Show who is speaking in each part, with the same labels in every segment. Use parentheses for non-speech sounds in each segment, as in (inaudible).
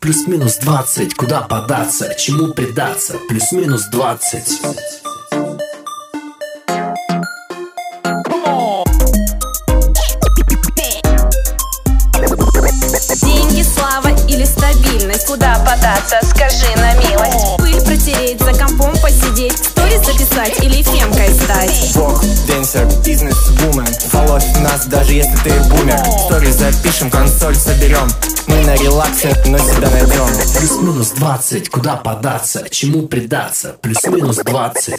Speaker 1: Плюс-минус 20, куда податься, чему предаться? Плюс-минус 20.
Speaker 2: Деньги, слава или стабильность Куда податься, скажи на милость Пыль протереть, за компом посидеть Сторис записать или фемкой стать
Speaker 3: Бог, денсер, бизнес, вумен Фоловь нас, даже если ты бумер Стори запишем, консоль соберем Мы на релаксе, но себя найдем
Speaker 1: Плюс-минус 20, куда податься, чему предаться? Плюс-минус 20.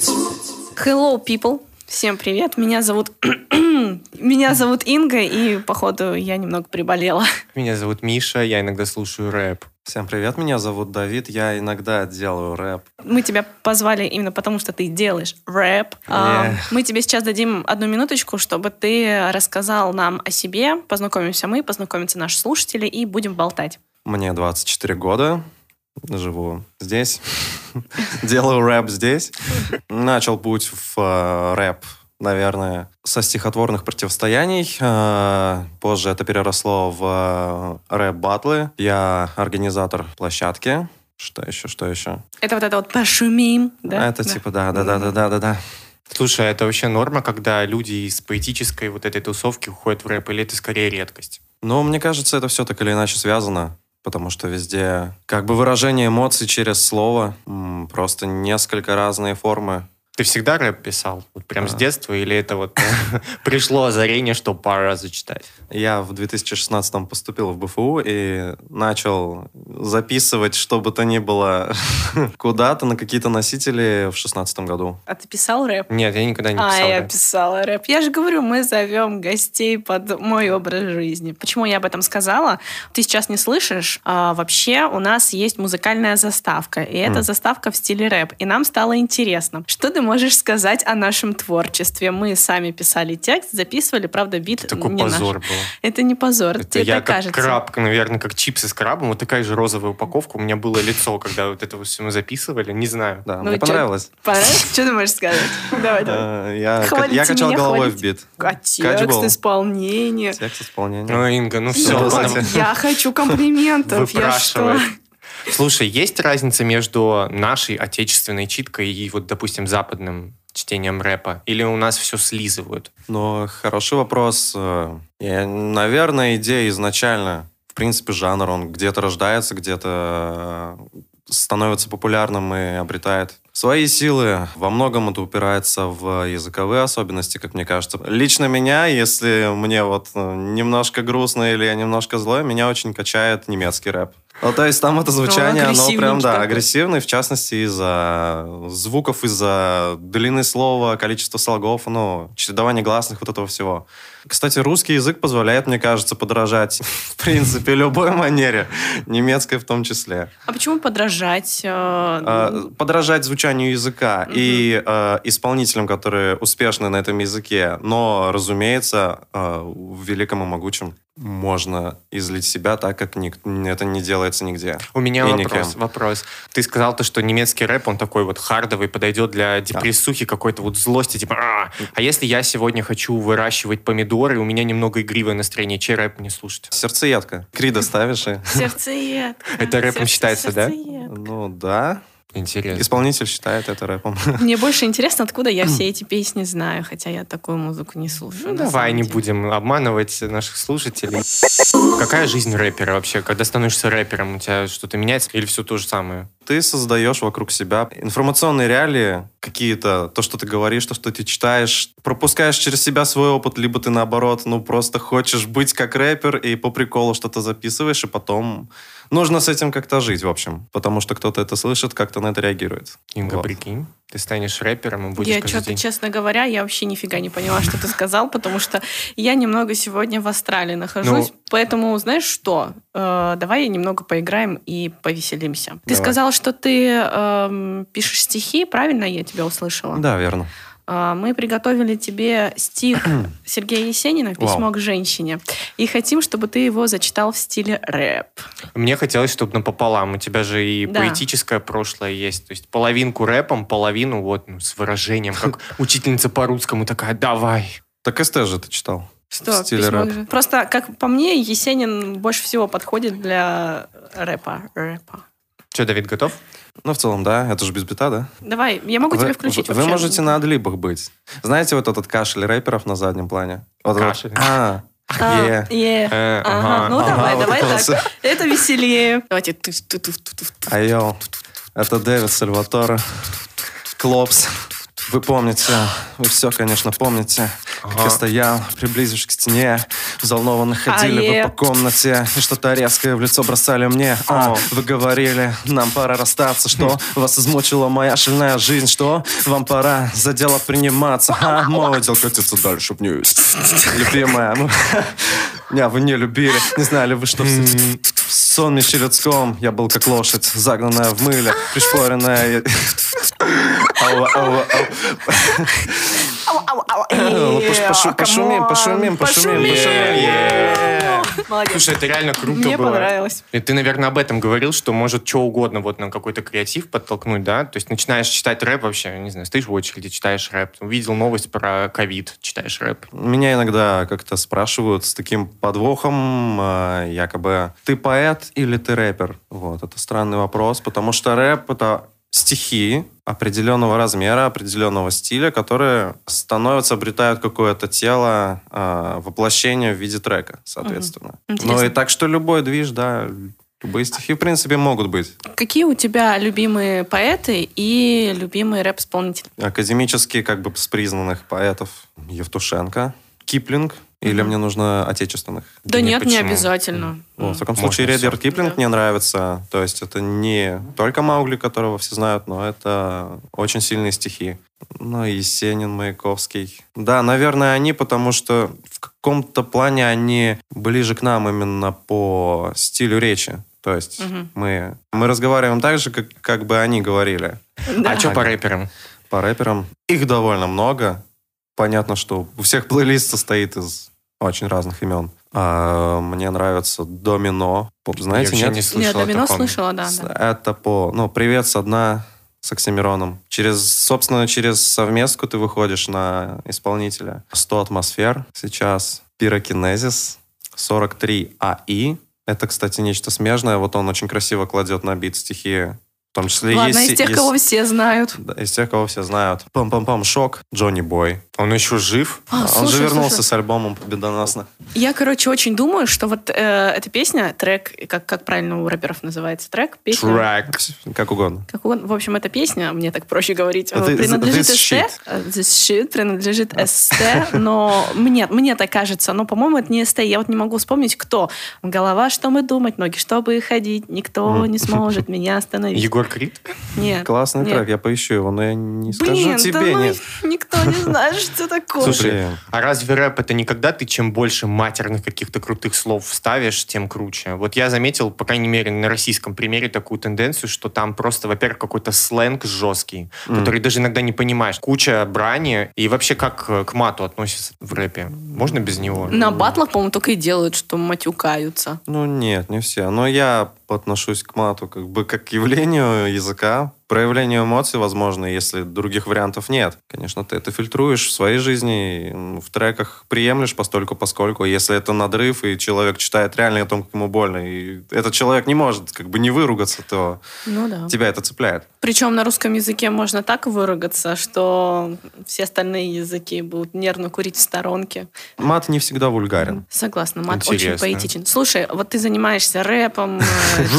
Speaker 2: Hello, people Всем привет, меня зовут... (clears throat) меня зовут Инга, и, походу, я немного приболела. (laughs)
Speaker 4: Меня зовут Миша, я иногда слушаю рэп.
Speaker 5: Всем привет, меня зовут Давид, я иногда делаю рэп.
Speaker 2: Мы тебя позвали именно потому, что ты делаешь рэп. А,
Speaker 4: Эх.
Speaker 2: Мы тебе сейчас дадим одну минуточку, чтобы ты рассказал нам о себе, познакомимся мы, познакомятся наши слушатели и будем болтать.
Speaker 5: Мне 24 года, живу здесь, (laughs) делаю рэп здесь. Начал путь в э, рэп, наверное, со стихотворных противостояний. Э, Позже это переросло в э, рэп-батлы. Я организатор площадки. Что еще, что еще?
Speaker 2: Это вот это вот пошумим, да?
Speaker 5: это
Speaker 2: Да.
Speaker 5: типа да-да-да-да-да-да.
Speaker 4: Слушай, а это вообще норма, когда люди из поэтической вот этой тусовки уходят в рэп, или это скорее редкость?
Speaker 5: Ну, мне кажется, это все так или иначе связано, потому что везде как бы выражение эмоций через слово, м, просто несколько разные формы.
Speaker 4: Ты всегда рэп писал? Вот прям с
Speaker 5: Да.
Speaker 4: детства? Или это вот э, (laughs) пришло озарение, что пару раз зачитать?
Speaker 5: Я в 2016 поступил в БФУ и начал записывать что бы то ни было (laughs) куда-то на какие-то носители в 16 году.
Speaker 2: А ты писал рэп?
Speaker 4: Нет, я никогда не
Speaker 2: А,
Speaker 4: писал
Speaker 2: я
Speaker 4: рэп.
Speaker 2: писала рэп. Я же говорю, мы зовем гостей под мой образ жизни. Почему я об этом сказала? Ты сейчас не слышишь. а, вообще у нас есть музыкальная заставка. И это
Speaker 5: М.
Speaker 2: заставка в стиле рэп. И нам стало интересно. Что ты можешь сказать о нашем творчестве? Мы сами писали текст, записывали, правда, бит
Speaker 4: Такой
Speaker 2: не наш.
Speaker 4: позор был.
Speaker 2: Это не позор,
Speaker 4: Это
Speaker 2: тебе
Speaker 4: я
Speaker 2: так
Speaker 4: как
Speaker 2: кажется.
Speaker 4: краб, наверное, как чипсы с крабом. Вот такая же розовая упаковка. У меня было лицо, когда вот это все мы записывали. Не знаю.
Speaker 5: Да,
Speaker 2: Ну и
Speaker 5: мне
Speaker 2: чё?
Speaker 5: понравилось.
Speaker 2: Понравилось? Что ты можешь сказать?
Speaker 4: (laughs)
Speaker 2: Давай, давай.
Speaker 5: Э, Я ка-
Speaker 2: Хвалите
Speaker 5: я качал
Speaker 2: меня,
Speaker 5: головой в
Speaker 2: хвалите.
Speaker 5: бит.
Speaker 2: А текст,
Speaker 5: Кэтчбол.
Speaker 2: исполнение.
Speaker 5: Текст исполнения.
Speaker 4: Ну, Инга, ну все.
Speaker 5: вот
Speaker 4: ладно.
Speaker 5: эти
Speaker 2: Я хочу комплиментов. Я что?
Speaker 4: Выпрашивает. Слушай, есть разница между нашей отечественной читкой и вот, допустим, западным чтением рэпа? Или у нас все слизывают?
Speaker 5: Но хороший вопрос. Э, я- Наверное, идея изначально, в принципе, жанр, он где-то рождается, где-то э, становится популярным и обретает свои силы. Во многом это упирается в языковые особенности, как мне кажется. Лично меня, если мне вот э, немножко грустно или я немножко злой, меня очень качает немецкий рэп. Ну, то есть там это звучание, оно
Speaker 2: агрессивный
Speaker 5: прям, да,
Speaker 2: такой.
Speaker 5: агрессивный, в частности, из-за звуков, из-за длины слова, количества слогов, ну, чередование гласных, вот этого всего. Кстати, русский язык позволяет, мне кажется, подражать, (laughs) в принципе, любой манере, немецкой в том числе.
Speaker 2: А почему подражать? э,
Speaker 4: А,
Speaker 5: Э, Подражать звучанию языка и э, исполнителям, которые успешны на этом языке, но, разумеется, э, в великом и могучем можно излить себя так, как ник- это не делается нигде.
Speaker 4: У меня
Speaker 5: И
Speaker 4: вопрос,
Speaker 5: никем.
Speaker 4: вопрос. Ты сказал то, что немецкий рэп, он такой вот хардовый, подойдет для депрессухи какой-то вот злости, типа «А!» А если я сегодня хочу выращивать помидоры, у меня немного игривое настроение, чей рэп мне слушать?
Speaker 5: Сердцеедка. Крида ставишь и...
Speaker 2: Сердцеед.
Speaker 4: (laughs) Это рэпом
Speaker 2: Сердце-
Speaker 4: считается, да?
Speaker 2: сердцеед.
Speaker 5: Ну да.
Speaker 4: Интересно.
Speaker 5: Исполнитель считает это рэпом.
Speaker 2: Мне больше интересно, откуда я все эти песни знаю, хотя я такую музыку не слушаю.
Speaker 4: Ну,
Speaker 2: на
Speaker 4: давай
Speaker 2: самом
Speaker 4: не
Speaker 2: деле.
Speaker 4: будем обманывать наших слушателей. Какая жизнь рэпера вообще? Когда становишься рэпером, у тебя что-то меняется или все то же самое?
Speaker 5: Ты создаешь вокруг себя информационные реалии какие-то, то, что ты говоришь, то, что ты читаешь, пропускаешь через себя свой опыт, либо ты наоборот, ну просто хочешь быть как рэпер и по приколу что-то записываешь, и потом нужно с этим как-то жить, в общем, потому что кто-то это слышит, как-то на это реагирует.
Speaker 4: Инга,
Speaker 5: Вот.
Speaker 4: прикинь, ты станешь рэпером и будешь
Speaker 2: я
Speaker 4: каждый
Speaker 2: что-то,
Speaker 4: день.
Speaker 2: честно говоря, я вообще нифига не поняла, что ты сказал, потому что я немного сегодня в Австралии нахожусь.
Speaker 4: Ну.
Speaker 2: Поэтому, знаешь что, Э, давай немного поиграем и повеселимся. Ты
Speaker 5: Давай.
Speaker 2: сказал, что ты эм, пишешь стихи, правильно я тебя услышала?
Speaker 5: Да, верно.
Speaker 2: А, Мы приготовили тебе
Speaker 5: (clears throat)
Speaker 2: стих Сергея Есенина «Письмо к женщине». И хотим, чтобы ты его зачитал в стиле рэп.
Speaker 4: Мне хотелось, чтобы напополам. У тебя же и
Speaker 2: Да.
Speaker 4: поэтическое прошлое есть. То есть половинку рэпом,
Speaker 2: (laughs)
Speaker 4: половину вот ну, с выражением, как учительница по русскому такая «давай».
Speaker 5: Так СТ же ты читал.
Speaker 2: Что,
Speaker 5: стиле
Speaker 2: письмо
Speaker 5: рэп.
Speaker 2: же. Просто, как по мне, Есенин больше всего подходит для рэпа. рэпа.
Speaker 4: Че, Давид, готов?
Speaker 5: Ну, в целом, да, это же без бита, да?
Speaker 2: Давай, я могу тебя
Speaker 5: Вы-
Speaker 2: включить
Speaker 5: Вы,
Speaker 2: вообще?
Speaker 5: можете на адлибах быть. Знаете вот этот кашель рэперов на заднем плане? Вот этот-
Speaker 4: Кашель?
Speaker 5: А,
Speaker 2: А,
Speaker 5: е.
Speaker 2: е.
Speaker 4: Э,
Speaker 2: Ага, ну
Speaker 5: ага,
Speaker 2: давай,
Speaker 5: вот
Speaker 2: давай
Speaker 5: это вот
Speaker 2: так. Это веселее. Давайте. тыф, тыф, тыф, тыф, тыф, тыф.
Speaker 5: Айо. Это Дэвид Сальватора. Клопс. Вы помните, вы все, конечно, помните, как я стоял, приблизившись к стене, взволнованно ходили
Speaker 2: Ае.
Speaker 5: вы по комнате, и что-то резкое в лицо бросали мне. А, вы говорили, нам пора расстаться, что вас измучила моя шальная жизнь, что вам пора за дело приниматься. А, мой отдел катится дальше вниз. Любимая, ну, (laughs) меня вы не любили, не знали вы, что в в сонмище людском я был как лошадь, загнанная в мыле, пришпоренная. Ау, ау, ау.
Speaker 2: Ау, ау, ау.
Speaker 5: Ну,
Speaker 2: Э,
Speaker 5: пош- пошу-
Speaker 2: камон.
Speaker 5: пошумим, пошумим, Э, пошумим,
Speaker 2: Ну,
Speaker 5: пошумим.
Speaker 4: Е.
Speaker 2: Молодец.
Speaker 4: Слушай, это реально
Speaker 5: Ну,
Speaker 4: круто
Speaker 2: Мне
Speaker 4: было.
Speaker 2: понравилось.
Speaker 4: И ты, наверное, об этом говорил, что может что угодно вот на какой-то креатив подтолкнуть, да? То есть начинаешь читать рэп вообще, не знаю, стоишь в очереди, читаешь рэп, увидел новость про ковид, читаешь рэп.
Speaker 5: Меня иногда как-то спрашивают с таким подвохом, э, якобы, ты поэт или ты рэпер? Вот, это странный вопрос, потому что рэп — это стихи определенного размера, определенного стиля, которые становятся, обретают какое-то тело, э, воплощение в виде трека, соответственно. Ну
Speaker 2: Интересно.
Speaker 5: и так что любой движ, да, любые стихи, в принципе, могут быть.
Speaker 2: Какие у тебя любимые поэты и любимые рэп-исполнители?
Speaker 5: Академические, как бы, с признанных поэтов Евтушенко, Киплинг, или мне нужно отечественных?
Speaker 2: Да
Speaker 4: нет,
Speaker 2: нет, не
Speaker 4: почему?
Speaker 2: обязательно.
Speaker 5: Ну, в таком
Speaker 4: Можно
Speaker 5: случае Редер
Speaker 4: всё.
Speaker 5: Киплинг
Speaker 2: Да.
Speaker 5: мне нравится. То есть это не только Маугли, которого все знают, но это очень сильные стихи. Ну, и Есенин, Маяковский. Да, наверное, они, потому что в каком-то плане они ближе к нам именно по стилю речи. То есть
Speaker 2: Мгм.
Speaker 5: мы, мы разговариваем так же, как, как бы они говорили
Speaker 2: Да.
Speaker 4: А что по рэперам?
Speaker 5: по рэперам. Их довольно много. Понятно, что у всех плейлист состоит из очень разных имен. А, мне нравится Домино. Поп-
Speaker 4: Я
Speaker 5: Знаете,
Speaker 4: вообще
Speaker 5: нет?
Speaker 4: не
Speaker 2: Я
Speaker 4: слышал о
Speaker 2: Домино
Speaker 4: таком.
Speaker 2: слышала, да.
Speaker 5: С-
Speaker 2: да.
Speaker 5: Это по... Ну, «Привет со дна» с Оксимироном. Через, собственно, через совместку ты выходишь на исполнителя. 100 атмосфер сейчас. Пирокинезис. 43 АИ. Это, кстати, нечто смежное. Вот он очень красиво кладет на бит стихи. В том числе
Speaker 2: Ладно,
Speaker 5: есть-
Speaker 2: из тех,
Speaker 5: есть-
Speaker 2: кого все знают.
Speaker 5: да, из тех, кого все знают. Пам-пам-пам, шок, Джонни Бой.
Speaker 4: Он еще жив?
Speaker 2: А,
Speaker 5: он
Speaker 2: слушай,
Speaker 5: же вернулся
Speaker 2: слушай.
Speaker 5: с альбомом победоносно.
Speaker 2: Я, короче, очень думаю, что вот э, эта песня, трек, как, как правильно у рэперов называется, трек, песня.
Speaker 4: Трак.
Speaker 5: Как угодно.
Speaker 2: Как он, в общем, эта песня, мне так проще говорить,
Speaker 5: Это
Speaker 2: э,
Speaker 5: из-
Speaker 2: принадлежит
Speaker 5: this
Speaker 2: СТ.
Speaker 5: shit.
Speaker 2: Э, This shit принадлежит СТ, но мне, мне так кажется. Но, по-моему, это не СТ. Я вот не могу вспомнить, кто. Голова, что мы думать, ноги, чтобы ходить. Никто не сможет меня остановить.
Speaker 4: Егор Крид?
Speaker 2: Нет.
Speaker 5: Классный
Speaker 2: нет.
Speaker 5: трек, я поищу его, но я не скажу
Speaker 2: Блин, да
Speaker 5: тебе,
Speaker 2: ну,
Speaker 5: нет.
Speaker 2: никто не знает, что такое.
Speaker 5: Слушай,
Speaker 4: А разве рэп это не когда ты чем больше матерных каких-то крутых слов вставишь, тем круче? Вот я заметил, по крайней мере, на российском примере такую тенденцию, что там просто, во-первых, какой-то сленг жесткий, который даже иногда не понимаешь. Куча брани. И вообще, как э, к мату относятся в рэпе? Можно без него?
Speaker 2: На батлах, по-моему, только и делают, что матюкаются.
Speaker 5: ну нет, не все. Но я отношусь к мату как бы как к явлению языка, проявлению эмоций, возможно, если других вариантов нет. Конечно, ты это фильтруешь в своей жизни, и, м, в треках приемлешь постольку поскольку. Если это надрыв, и человек читает реально о том, как ему больно, и этот человек не может как бы не выругаться, то
Speaker 2: Ну да.
Speaker 5: тебя это цепляет.
Speaker 2: Причем на русском языке можно так выругаться, что все остальные языки будут нервно курить в сторонке.
Speaker 5: Мат не всегда вульгарен.
Speaker 2: Согласна, мат очень
Speaker 4: Интересно.
Speaker 2: поэтичен. Слушай, вот ты занимаешься рэпом, э,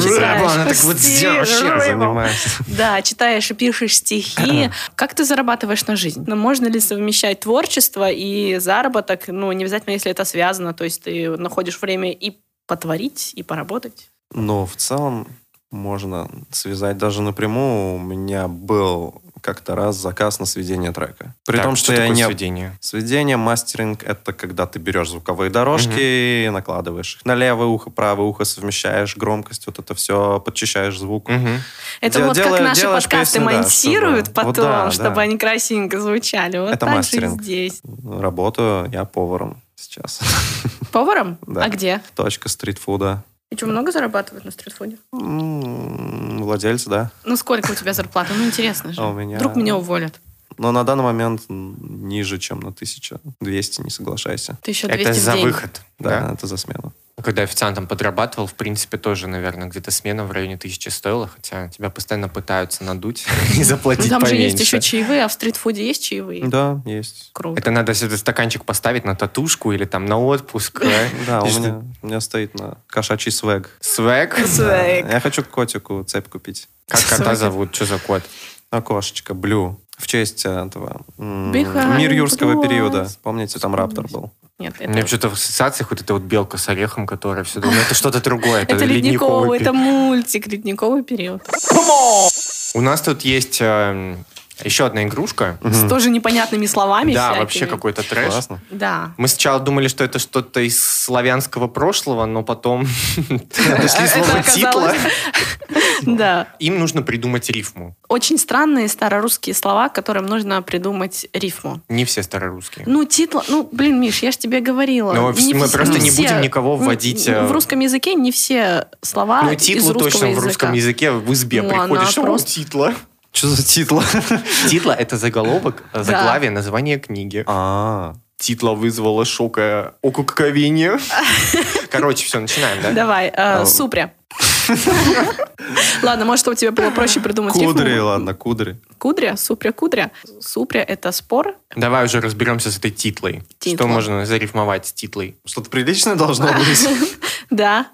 Speaker 2: читаешь
Speaker 4: (laughs) Рэпом, она так вот
Speaker 2: стихи,
Speaker 4: сделала, вообще
Speaker 2: рэпом.
Speaker 5: Занимаюсь.
Speaker 2: Да, читаешь и пишешь стихи. Как ты зарабатываешь на жизнь? Ну, можно ли совмещать творчество и заработок? Ну, не обязательно, если это связано. То есть ты находишь время и потворить, и поработать.
Speaker 5: Но в целом можно связать даже напрямую. У меня был как-то раз заказ на сведение трека. При
Speaker 4: Так,
Speaker 5: том, что, я
Speaker 4: такое
Speaker 5: не...
Speaker 4: сведение?
Speaker 5: Сведение, мастеринг — это когда ты берешь звуковые дорожки, накладываешь их на левое ухо, правое ухо, совмещаешь громкость, вот это все, подчищаешь звук.
Speaker 4: Мгм.
Speaker 2: Это
Speaker 5: Дел-
Speaker 2: вот как
Speaker 5: делаю-
Speaker 2: наши
Speaker 5: делаешь
Speaker 2: подкасты
Speaker 5: песню, да,
Speaker 2: монтируют
Speaker 5: чтобы-
Speaker 2: потом,
Speaker 5: вот да,
Speaker 2: чтобы
Speaker 5: да.
Speaker 2: они красивенько звучали. Вот
Speaker 5: Это
Speaker 2: так же
Speaker 5: мастеринг.
Speaker 2: и здесь.
Speaker 5: Работаю я поваром сейчас. (laughs)
Speaker 2: Поваром?
Speaker 5: Да.
Speaker 2: А где?
Speaker 5: Точка стритфуда.
Speaker 2: И что, много зарабатывают на стритфуде?
Speaker 5: М, Владельцы, да?
Speaker 2: Ну, сколько у тебя зарплата? Ну, интересно же.
Speaker 5: А у меня-
Speaker 2: Вдруг меня уволят.
Speaker 5: Но на данный момент м, ниже, чем на 1200, не соглашайся.
Speaker 2: 1200
Speaker 4: Это
Speaker 2: в
Speaker 4: за
Speaker 2: день.
Speaker 4: выход,
Speaker 5: Да,
Speaker 4: да? А
Speaker 5: это за смену.
Speaker 4: Когда официантом подрабатывал, в принципе, тоже, наверное, где-то смена в районе тысячи стоила, хотя тебя постоянно пытаются надуть (laughs) и
Speaker 2: Ну,
Speaker 4: заплатить
Speaker 2: там же есть еще
Speaker 4: поменьше.
Speaker 2: чаевые, а в стритфуде есть чаевые?
Speaker 5: Да, есть.
Speaker 2: Круто.
Speaker 4: Это надо себе этот стаканчик поставить на татушку или там на отпуск. да?
Speaker 5: Да, у
Speaker 4: Ты что,
Speaker 5: меня, у меня стоит на кошачий свэг.
Speaker 4: Свэг?
Speaker 2: Свэг.
Speaker 5: Я хочу котику цепь купить.
Speaker 4: Как кота
Speaker 2: Свэг.
Speaker 4: зовут? Что за кот?
Speaker 5: А кошечка, блю. В честь этого. м,
Speaker 2: Behind
Speaker 5: Мир юрского
Speaker 2: blue
Speaker 5: периода.
Speaker 2: eyes.
Speaker 5: Помните, там раптор был.
Speaker 2: Нет, это,
Speaker 4: У меня что-то в ассоциациях вот эта вот белка с орехом, которая все думает, это что-то другое.
Speaker 2: это ледниковый,
Speaker 4: ледниковый
Speaker 2: это мультик, ледниковый период.
Speaker 5: (laughs)
Speaker 4: У нас тут есть эм, еще одна игрушка.
Speaker 2: С тоже непонятными словами
Speaker 4: Да,
Speaker 2: всякими.
Speaker 4: вообще какой-то трэш.
Speaker 5: Классно.
Speaker 2: Да.
Speaker 4: Мы сначала думали, что это что-то из славянского прошлого, но потом (laughs) нашли
Speaker 2: Это
Speaker 4: слово титла.
Speaker 2: оказалось- Да.
Speaker 4: Им нужно придумать рифму.
Speaker 2: Очень странные старорусские слова, которым нужно придумать рифму.
Speaker 4: Не все старорусские.
Speaker 2: Ну, титла... Ну, блин, Миш, я же тебе говорила.
Speaker 4: Но
Speaker 2: Не
Speaker 4: Ну, мы
Speaker 2: вс-
Speaker 4: просто не будем никого
Speaker 2: н-
Speaker 4: вводить,
Speaker 2: н-
Speaker 4: э,
Speaker 2: В русском языке не все слова
Speaker 4: Ну,
Speaker 2: А, из
Speaker 4: титлу
Speaker 2: русского
Speaker 4: точно в
Speaker 2: языка.
Speaker 4: русском языке в избе
Speaker 2: Ну,
Speaker 4: приходишь.
Speaker 2: она
Speaker 4: «О,
Speaker 2: просто-
Speaker 4: титла.
Speaker 5: Что за титла?
Speaker 4: Титла — это заголовок, э, заглавие, название книги.
Speaker 5: А,
Speaker 4: Титла вызвала шока
Speaker 2: (laughs)
Speaker 4: окуковение. Короче, все, начинаем, да?
Speaker 2: Давай, э,
Speaker 5: А.
Speaker 2: супря.
Speaker 4: (laughs)
Speaker 2: Ладно, может, чтобы тебе было проще придумать
Speaker 5: кудри,
Speaker 2: рифму.
Speaker 5: ладно, кудри.
Speaker 2: Кудря, супря, кудря. Супря — это спор.
Speaker 4: Давай уже разберемся с этой титлой. Что
Speaker 2: Титла.
Speaker 4: можно зарифмовать с титлой?
Speaker 5: Что-то приличное должно быть.
Speaker 2: Да.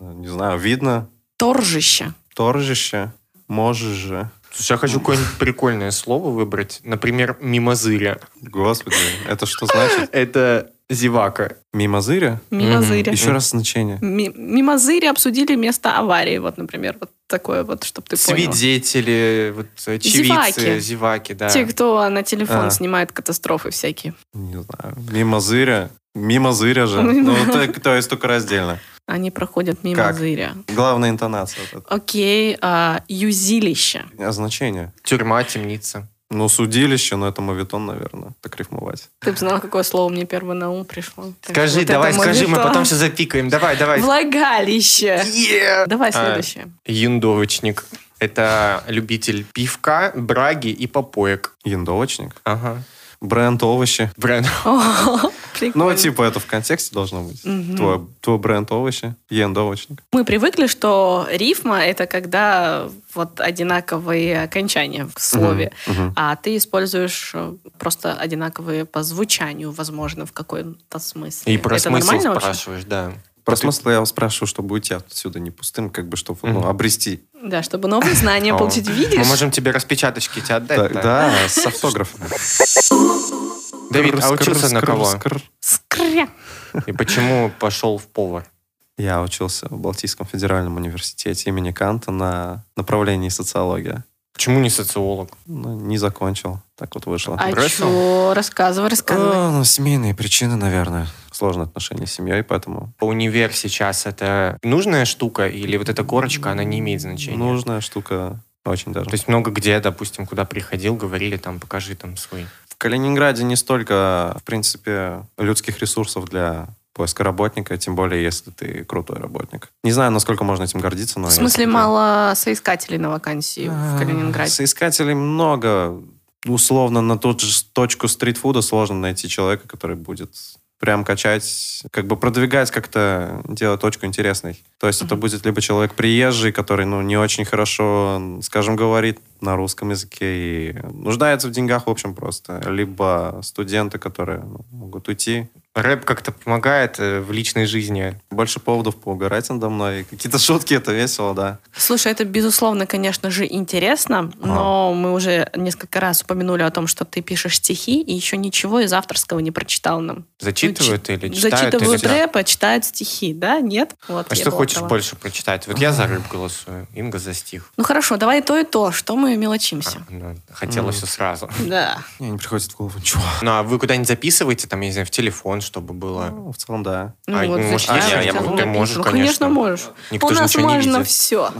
Speaker 5: Не знаю, видно.
Speaker 2: Торжище.
Speaker 5: Торжище. Можешь же.
Speaker 4: Слушай, я хочу какое-нибудь прикольное слово выбрать. Например, мимозыря.
Speaker 5: Господи, это что значит?
Speaker 4: Это зевака.
Speaker 5: Мимозыря?
Speaker 2: Мимозыря.
Speaker 5: Еще раз значение.
Speaker 2: Ми- Мимозыри обсудили место аварии, вот, например, вот такое вот, чтобы ты понял.
Speaker 4: Свидетели, вот, э, очевидцы,
Speaker 2: Зеваки.
Speaker 4: зеваки, да.
Speaker 2: Те, кто на телефон
Speaker 5: А.
Speaker 2: снимает катастрофы всякие.
Speaker 5: Не знаю. Мимозыря. Мимозыря же.
Speaker 2: Ну,
Speaker 5: Ну, так, то есть только раздельно.
Speaker 2: Они проходят мимо
Speaker 5: Как?
Speaker 2: зыря.
Speaker 5: Главная интонация. вот
Speaker 2: Окей, а, юзилище.
Speaker 5: это. А значение?
Speaker 4: Тюрьма, темница.
Speaker 5: Ну, судилище, но это мовитон, наверное. Так рифмовать.
Speaker 2: Ты бы знал, какое слово мне первое на ум пришло. Так,
Speaker 4: Скажи,
Speaker 2: вот это
Speaker 4: давай,
Speaker 2: мой
Speaker 4: скажи, мы
Speaker 2: витон.
Speaker 4: потом все запикаем. Давай, давай.
Speaker 2: Влагалище.
Speaker 4: А.
Speaker 2: Давай следующее.
Speaker 4: Яндовочник. Это любитель пивка, браги и попоек.
Speaker 5: Яндовочник.
Speaker 4: Ага.
Speaker 5: Бренд овощи.
Speaker 4: Бренд.
Speaker 2: О, (laughs)
Speaker 5: Ну,
Speaker 2: прикольно.
Speaker 5: типа, это в контексте должно быть.
Speaker 2: Мгм.
Speaker 5: Твой, твой бренд овощи. Яндовочник.
Speaker 2: Мы привыкли, что рифма — это когда вот одинаковые окончания в слове.
Speaker 5: Мгм.
Speaker 2: А ты используешь э, просто одинаковые по звучанию, возможно, в каком-то смысле.
Speaker 4: И про
Speaker 2: это
Speaker 4: смысл
Speaker 2: нормально вообще?
Speaker 4: спрашиваешь, да.
Speaker 5: Про смысл я спрашиваю, чтобы уйти отсюда не пустым, как бы, чтобы ну,
Speaker 4: Мгм.
Speaker 5: обрести.
Speaker 2: Да, чтобы новые знания получить.
Speaker 4: Мы
Speaker 2: Видишь?
Speaker 4: можем тебе распечаточки тебе отдать.
Speaker 5: Так, да, с автографом.
Speaker 4: Давид, а учился на
Speaker 5: Скр-
Speaker 4: кого?
Speaker 5: скр-
Speaker 2: Скря.
Speaker 4: И почему пошел в повар?
Speaker 5: Я учился в Балтийском федеральном университете имени Канта на направлении социология.
Speaker 4: Почему не социолог?
Speaker 5: Ну, не закончил. Так вот вышло.
Speaker 2: А
Speaker 4: бросил?
Speaker 2: чё? Рассказывай, рассказывай.
Speaker 5: А, ну, семейные причины, наверное. Сложные отношения с семьей, поэтому
Speaker 4: Универ сейчас это нужная штука или вот эта корочка, она не имеет значения?
Speaker 5: нужная штука очень даже.
Speaker 4: То есть много где, допустим, куда приходил, говорили там, покажи там свой.
Speaker 5: в Калининграде не столько, в принципе, людских ресурсов для поиска работника, тем более, если ты крутой работник. Не знаю, насколько можно этим гордиться, но...
Speaker 2: В смысле,
Speaker 5: если ты-
Speaker 2: мало соискателей на вакансии в
Speaker 5: А,
Speaker 2: Калининграде.
Speaker 5: Соискателей много. Условно, на ту же точку стритфуда сложно найти человека, который будет прям качать, как бы продвигать как-то, делать точку интересной. То есть это
Speaker 2: Мгм.
Speaker 5: будет либо человек приезжий, который, ну, не очень хорошо, скажем, говорит на русском языке и нуждается в деньгах, в общем, просто. Либо студенты, которые ну, могут уйти.
Speaker 4: Рэп как-то помогает э, в личной жизни.
Speaker 5: Больше поводов поугарать надо мной. Какие-то шутки, это весело, да.
Speaker 2: Слушай, это, безусловно, конечно же, интересно, но мы уже несколько раз упомянули о том, что ты пишешь стихи, и еще ничего из авторского не прочитал нам.
Speaker 4: Зачитывают или читают? или
Speaker 2: Зачитывают
Speaker 4: как?
Speaker 2: рэп, а читают стихи, да? Нет? Вот,
Speaker 4: А
Speaker 2: я
Speaker 4: что
Speaker 2: была
Speaker 4: хочешь
Speaker 2: права.
Speaker 4: больше прочитать? Вот я за рэп голосую, Инга за стих.
Speaker 2: Ну хорошо, давай и то, и то. Что мы
Speaker 4: А,
Speaker 2: мелочимся?
Speaker 4: она хотела
Speaker 5: М.
Speaker 4: все сразу.
Speaker 2: Да.
Speaker 5: Мне не приходит в голову ничего.
Speaker 4: Ну, а вы куда-нибудь записываете, там, я не знаю, в телефон миллион, чтобы было.
Speaker 5: Ну, в целом, да.
Speaker 2: Ну,
Speaker 4: А,
Speaker 2: вот
Speaker 4: может,
Speaker 2: зачем
Speaker 5: я-
Speaker 2: же
Speaker 5: я
Speaker 2: это
Speaker 5: могу,
Speaker 4: ты
Speaker 2: было
Speaker 4: можешь,
Speaker 2: написано? Ну, конечно,
Speaker 4: конечно.
Speaker 2: можешь.
Speaker 4: Никто
Speaker 2: У
Speaker 4: же
Speaker 2: нас
Speaker 4: ничего не
Speaker 2: можно
Speaker 4: видит.
Speaker 2: все.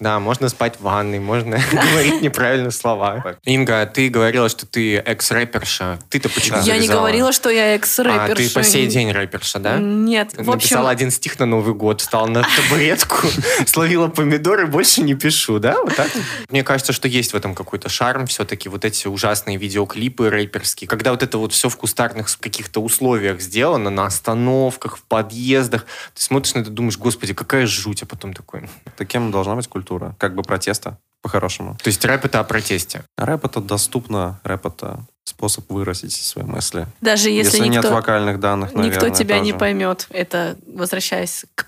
Speaker 4: Да, можно спать в ванной, можно (laughs) говорить неправильно слова. Инга, а ты говорила, что ты экс-рэперша. Ты-то почему
Speaker 2: Я не
Speaker 4: завязала?
Speaker 2: говорила, что я
Speaker 4: А,
Speaker 2: экс-рэперша.
Speaker 4: ты по сей день рэперша, да?
Speaker 2: Нет, в общем,
Speaker 4: Написала один стих на Новый год, встала на табуретку, (laughs) словила помидоры, больше не пишу, да? Вот так? Мне кажется, что есть в этом какой-то шарм все-таки, вот эти ужасные видеоклипы рэперские, когда вот это вот все в кустарных с- каких-то условиях сделано, на остановках, в подъездах. Ты смотришь на это, думаешь, господи, какая жуть, а потом такой.
Speaker 5: Таким должна быть культура. Как бы протеста, по-хорошему.
Speaker 4: То есть рэп это о протесте.
Speaker 5: А Рэп это доступно, рэп это способ выразить свои мысли.
Speaker 2: даже если,
Speaker 5: нет
Speaker 2: никто,
Speaker 5: вокальных данных,
Speaker 2: никто
Speaker 5: наверное,
Speaker 2: тебя не
Speaker 5: тоже.
Speaker 2: поймет, это возвращаясь к...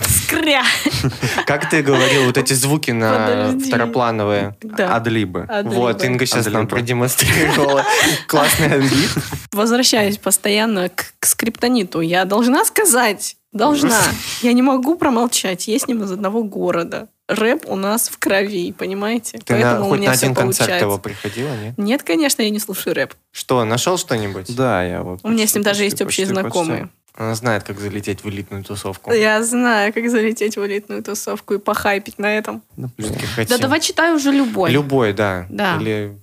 Speaker 2: Скря.
Speaker 4: Как ты говорил, вот эти звуки на
Speaker 2: Подожди.
Speaker 4: второплановые.
Speaker 2: Да.
Speaker 5: Адлибы.
Speaker 2: Адлибы.
Speaker 4: Вот, Инга сейчас нам
Speaker 5: Адлибы.
Speaker 4: продемонстрировала
Speaker 2: (laughs)
Speaker 4: классный адлиб.
Speaker 2: Возвращаюсь постоянно к, к скриптониту. Я должна сказать, должна. Я не могу промолчать. Я с ним из одного города. Рэп у нас в крови, понимаете?
Speaker 4: Ты на-
Speaker 2: Поэтому у
Speaker 4: хоть
Speaker 2: меня
Speaker 4: на
Speaker 2: все
Speaker 4: один концерт
Speaker 2: получается.
Speaker 4: его приходила, нет?
Speaker 2: Нет, конечно, я не слушаю рэп.
Speaker 4: Что, нашел что-нибудь?
Speaker 5: Да, я вот.
Speaker 2: У меня с
Speaker 5: почти,
Speaker 2: ним даже
Speaker 5: почти,
Speaker 2: есть общие
Speaker 5: почти,
Speaker 2: знакомые.
Speaker 4: Она знает, как залететь в элитную тусовку.
Speaker 2: Я знаю, как залететь в элитную тусовку и похайпить на этом.
Speaker 5: почти. Ну,
Speaker 4: Всё-таки
Speaker 5: блин.
Speaker 4: хотим.
Speaker 2: Да давай читай уже любой.
Speaker 4: Любой, да.
Speaker 2: Да.
Speaker 4: Или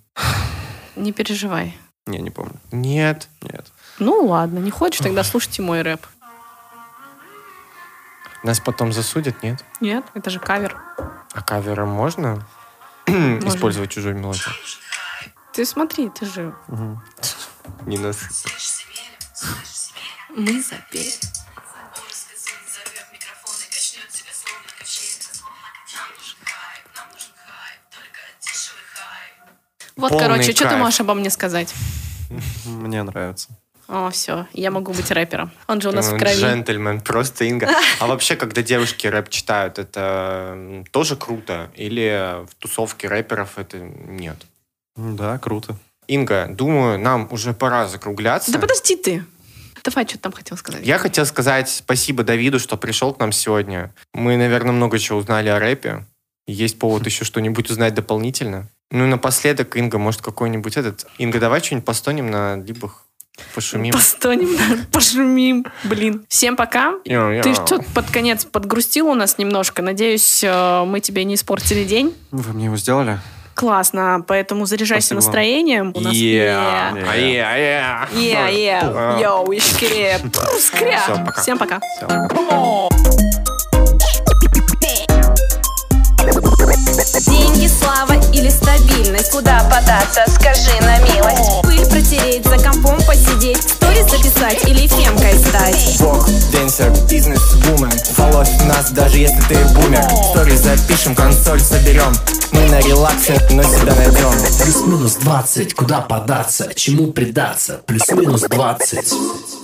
Speaker 2: Не переживай.
Speaker 5: Не, не помню.
Speaker 4: нет.
Speaker 5: Нет.
Speaker 2: Ну ладно, не хочешь, тогда слушайте мой рэп.
Speaker 4: Нас потом засудят, нет?
Speaker 2: Нет, это же кавер.
Speaker 4: А кавером можно, (clears throat) использовать чужую мелодию?
Speaker 2: Ты смотри, ты же...
Speaker 4: Не нас.
Speaker 2: Мы за Пермь. Вот,
Speaker 4: Полный
Speaker 2: короче, что ты
Speaker 4: кайф.
Speaker 2: можешь обо мне сказать?
Speaker 5: Мне нравится.
Speaker 2: О, все, я могу быть рэпером. Он же у нас в
Speaker 4: М,
Speaker 2: крови.
Speaker 4: Джентльмен,
Speaker 2: (laughs)
Speaker 4: просто Инга. А вообще, когда девушки рэп читают, это м, тоже круто? Или в тусовке рэперов это нет?
Speaker 5: М, Да, круто.
Speaker 4: Инга, думаю, нам уже пора закругляться.
Speaker 2: Да подожди ты. Давай, что ты там хотел сказать?
Speaker 4: Я хотел сказать спасибо Давиду, что пришел к нам сегодня. Мы, наверное, много чего узнали о рэпе. Есть
Speaker 5: (laughs)
Speaker 4: повод еще что-нибудь узнать дополнительно. Ну и напоследок, Инга, может, какой-нибудь этот... Инга, давай что-нибудь постонем на либах, пошумим.
Speaker 2: Постонем, да, пошумим. Блин. Всем пока. Ты что под конец подгрустил у нас немножко. Надеюсь, э, мы тебе не испортили день.
Speaker 5: Вы мне его сделали?
Speaker 2: Классно, поэтому заряжайся
Speaker 5: Спасибо.
Speaker 2: настроением. У нас
Speaker 4: Yeah.
Speaker 5: Yeah.
Speaker 4: А, yeah, yeah.
Speaker 2: Yeah, yeah.
Speaker 4: А.
Speaker 2: Йоу, и шкреп. Скря.
Speaker 4: Всё, пока.
Speaker 2: Всем пока.
Speaker 5: Всё.
Speaker 6: Деньги, слава или стабильность Куда податься, скажи на милость Пыль протереть, за компом посидеть Сторис записать или фемкой стать
Speaker 3: Бог, денсер, бизнес, бумен Фоловь нас, даже если ты бумер Сторис запишем, консоль соберем Мы на релаксе, но себя найдем
Speaker 1: Плюс-минус 20, куда податься, чему предаться, плюс-минус 20.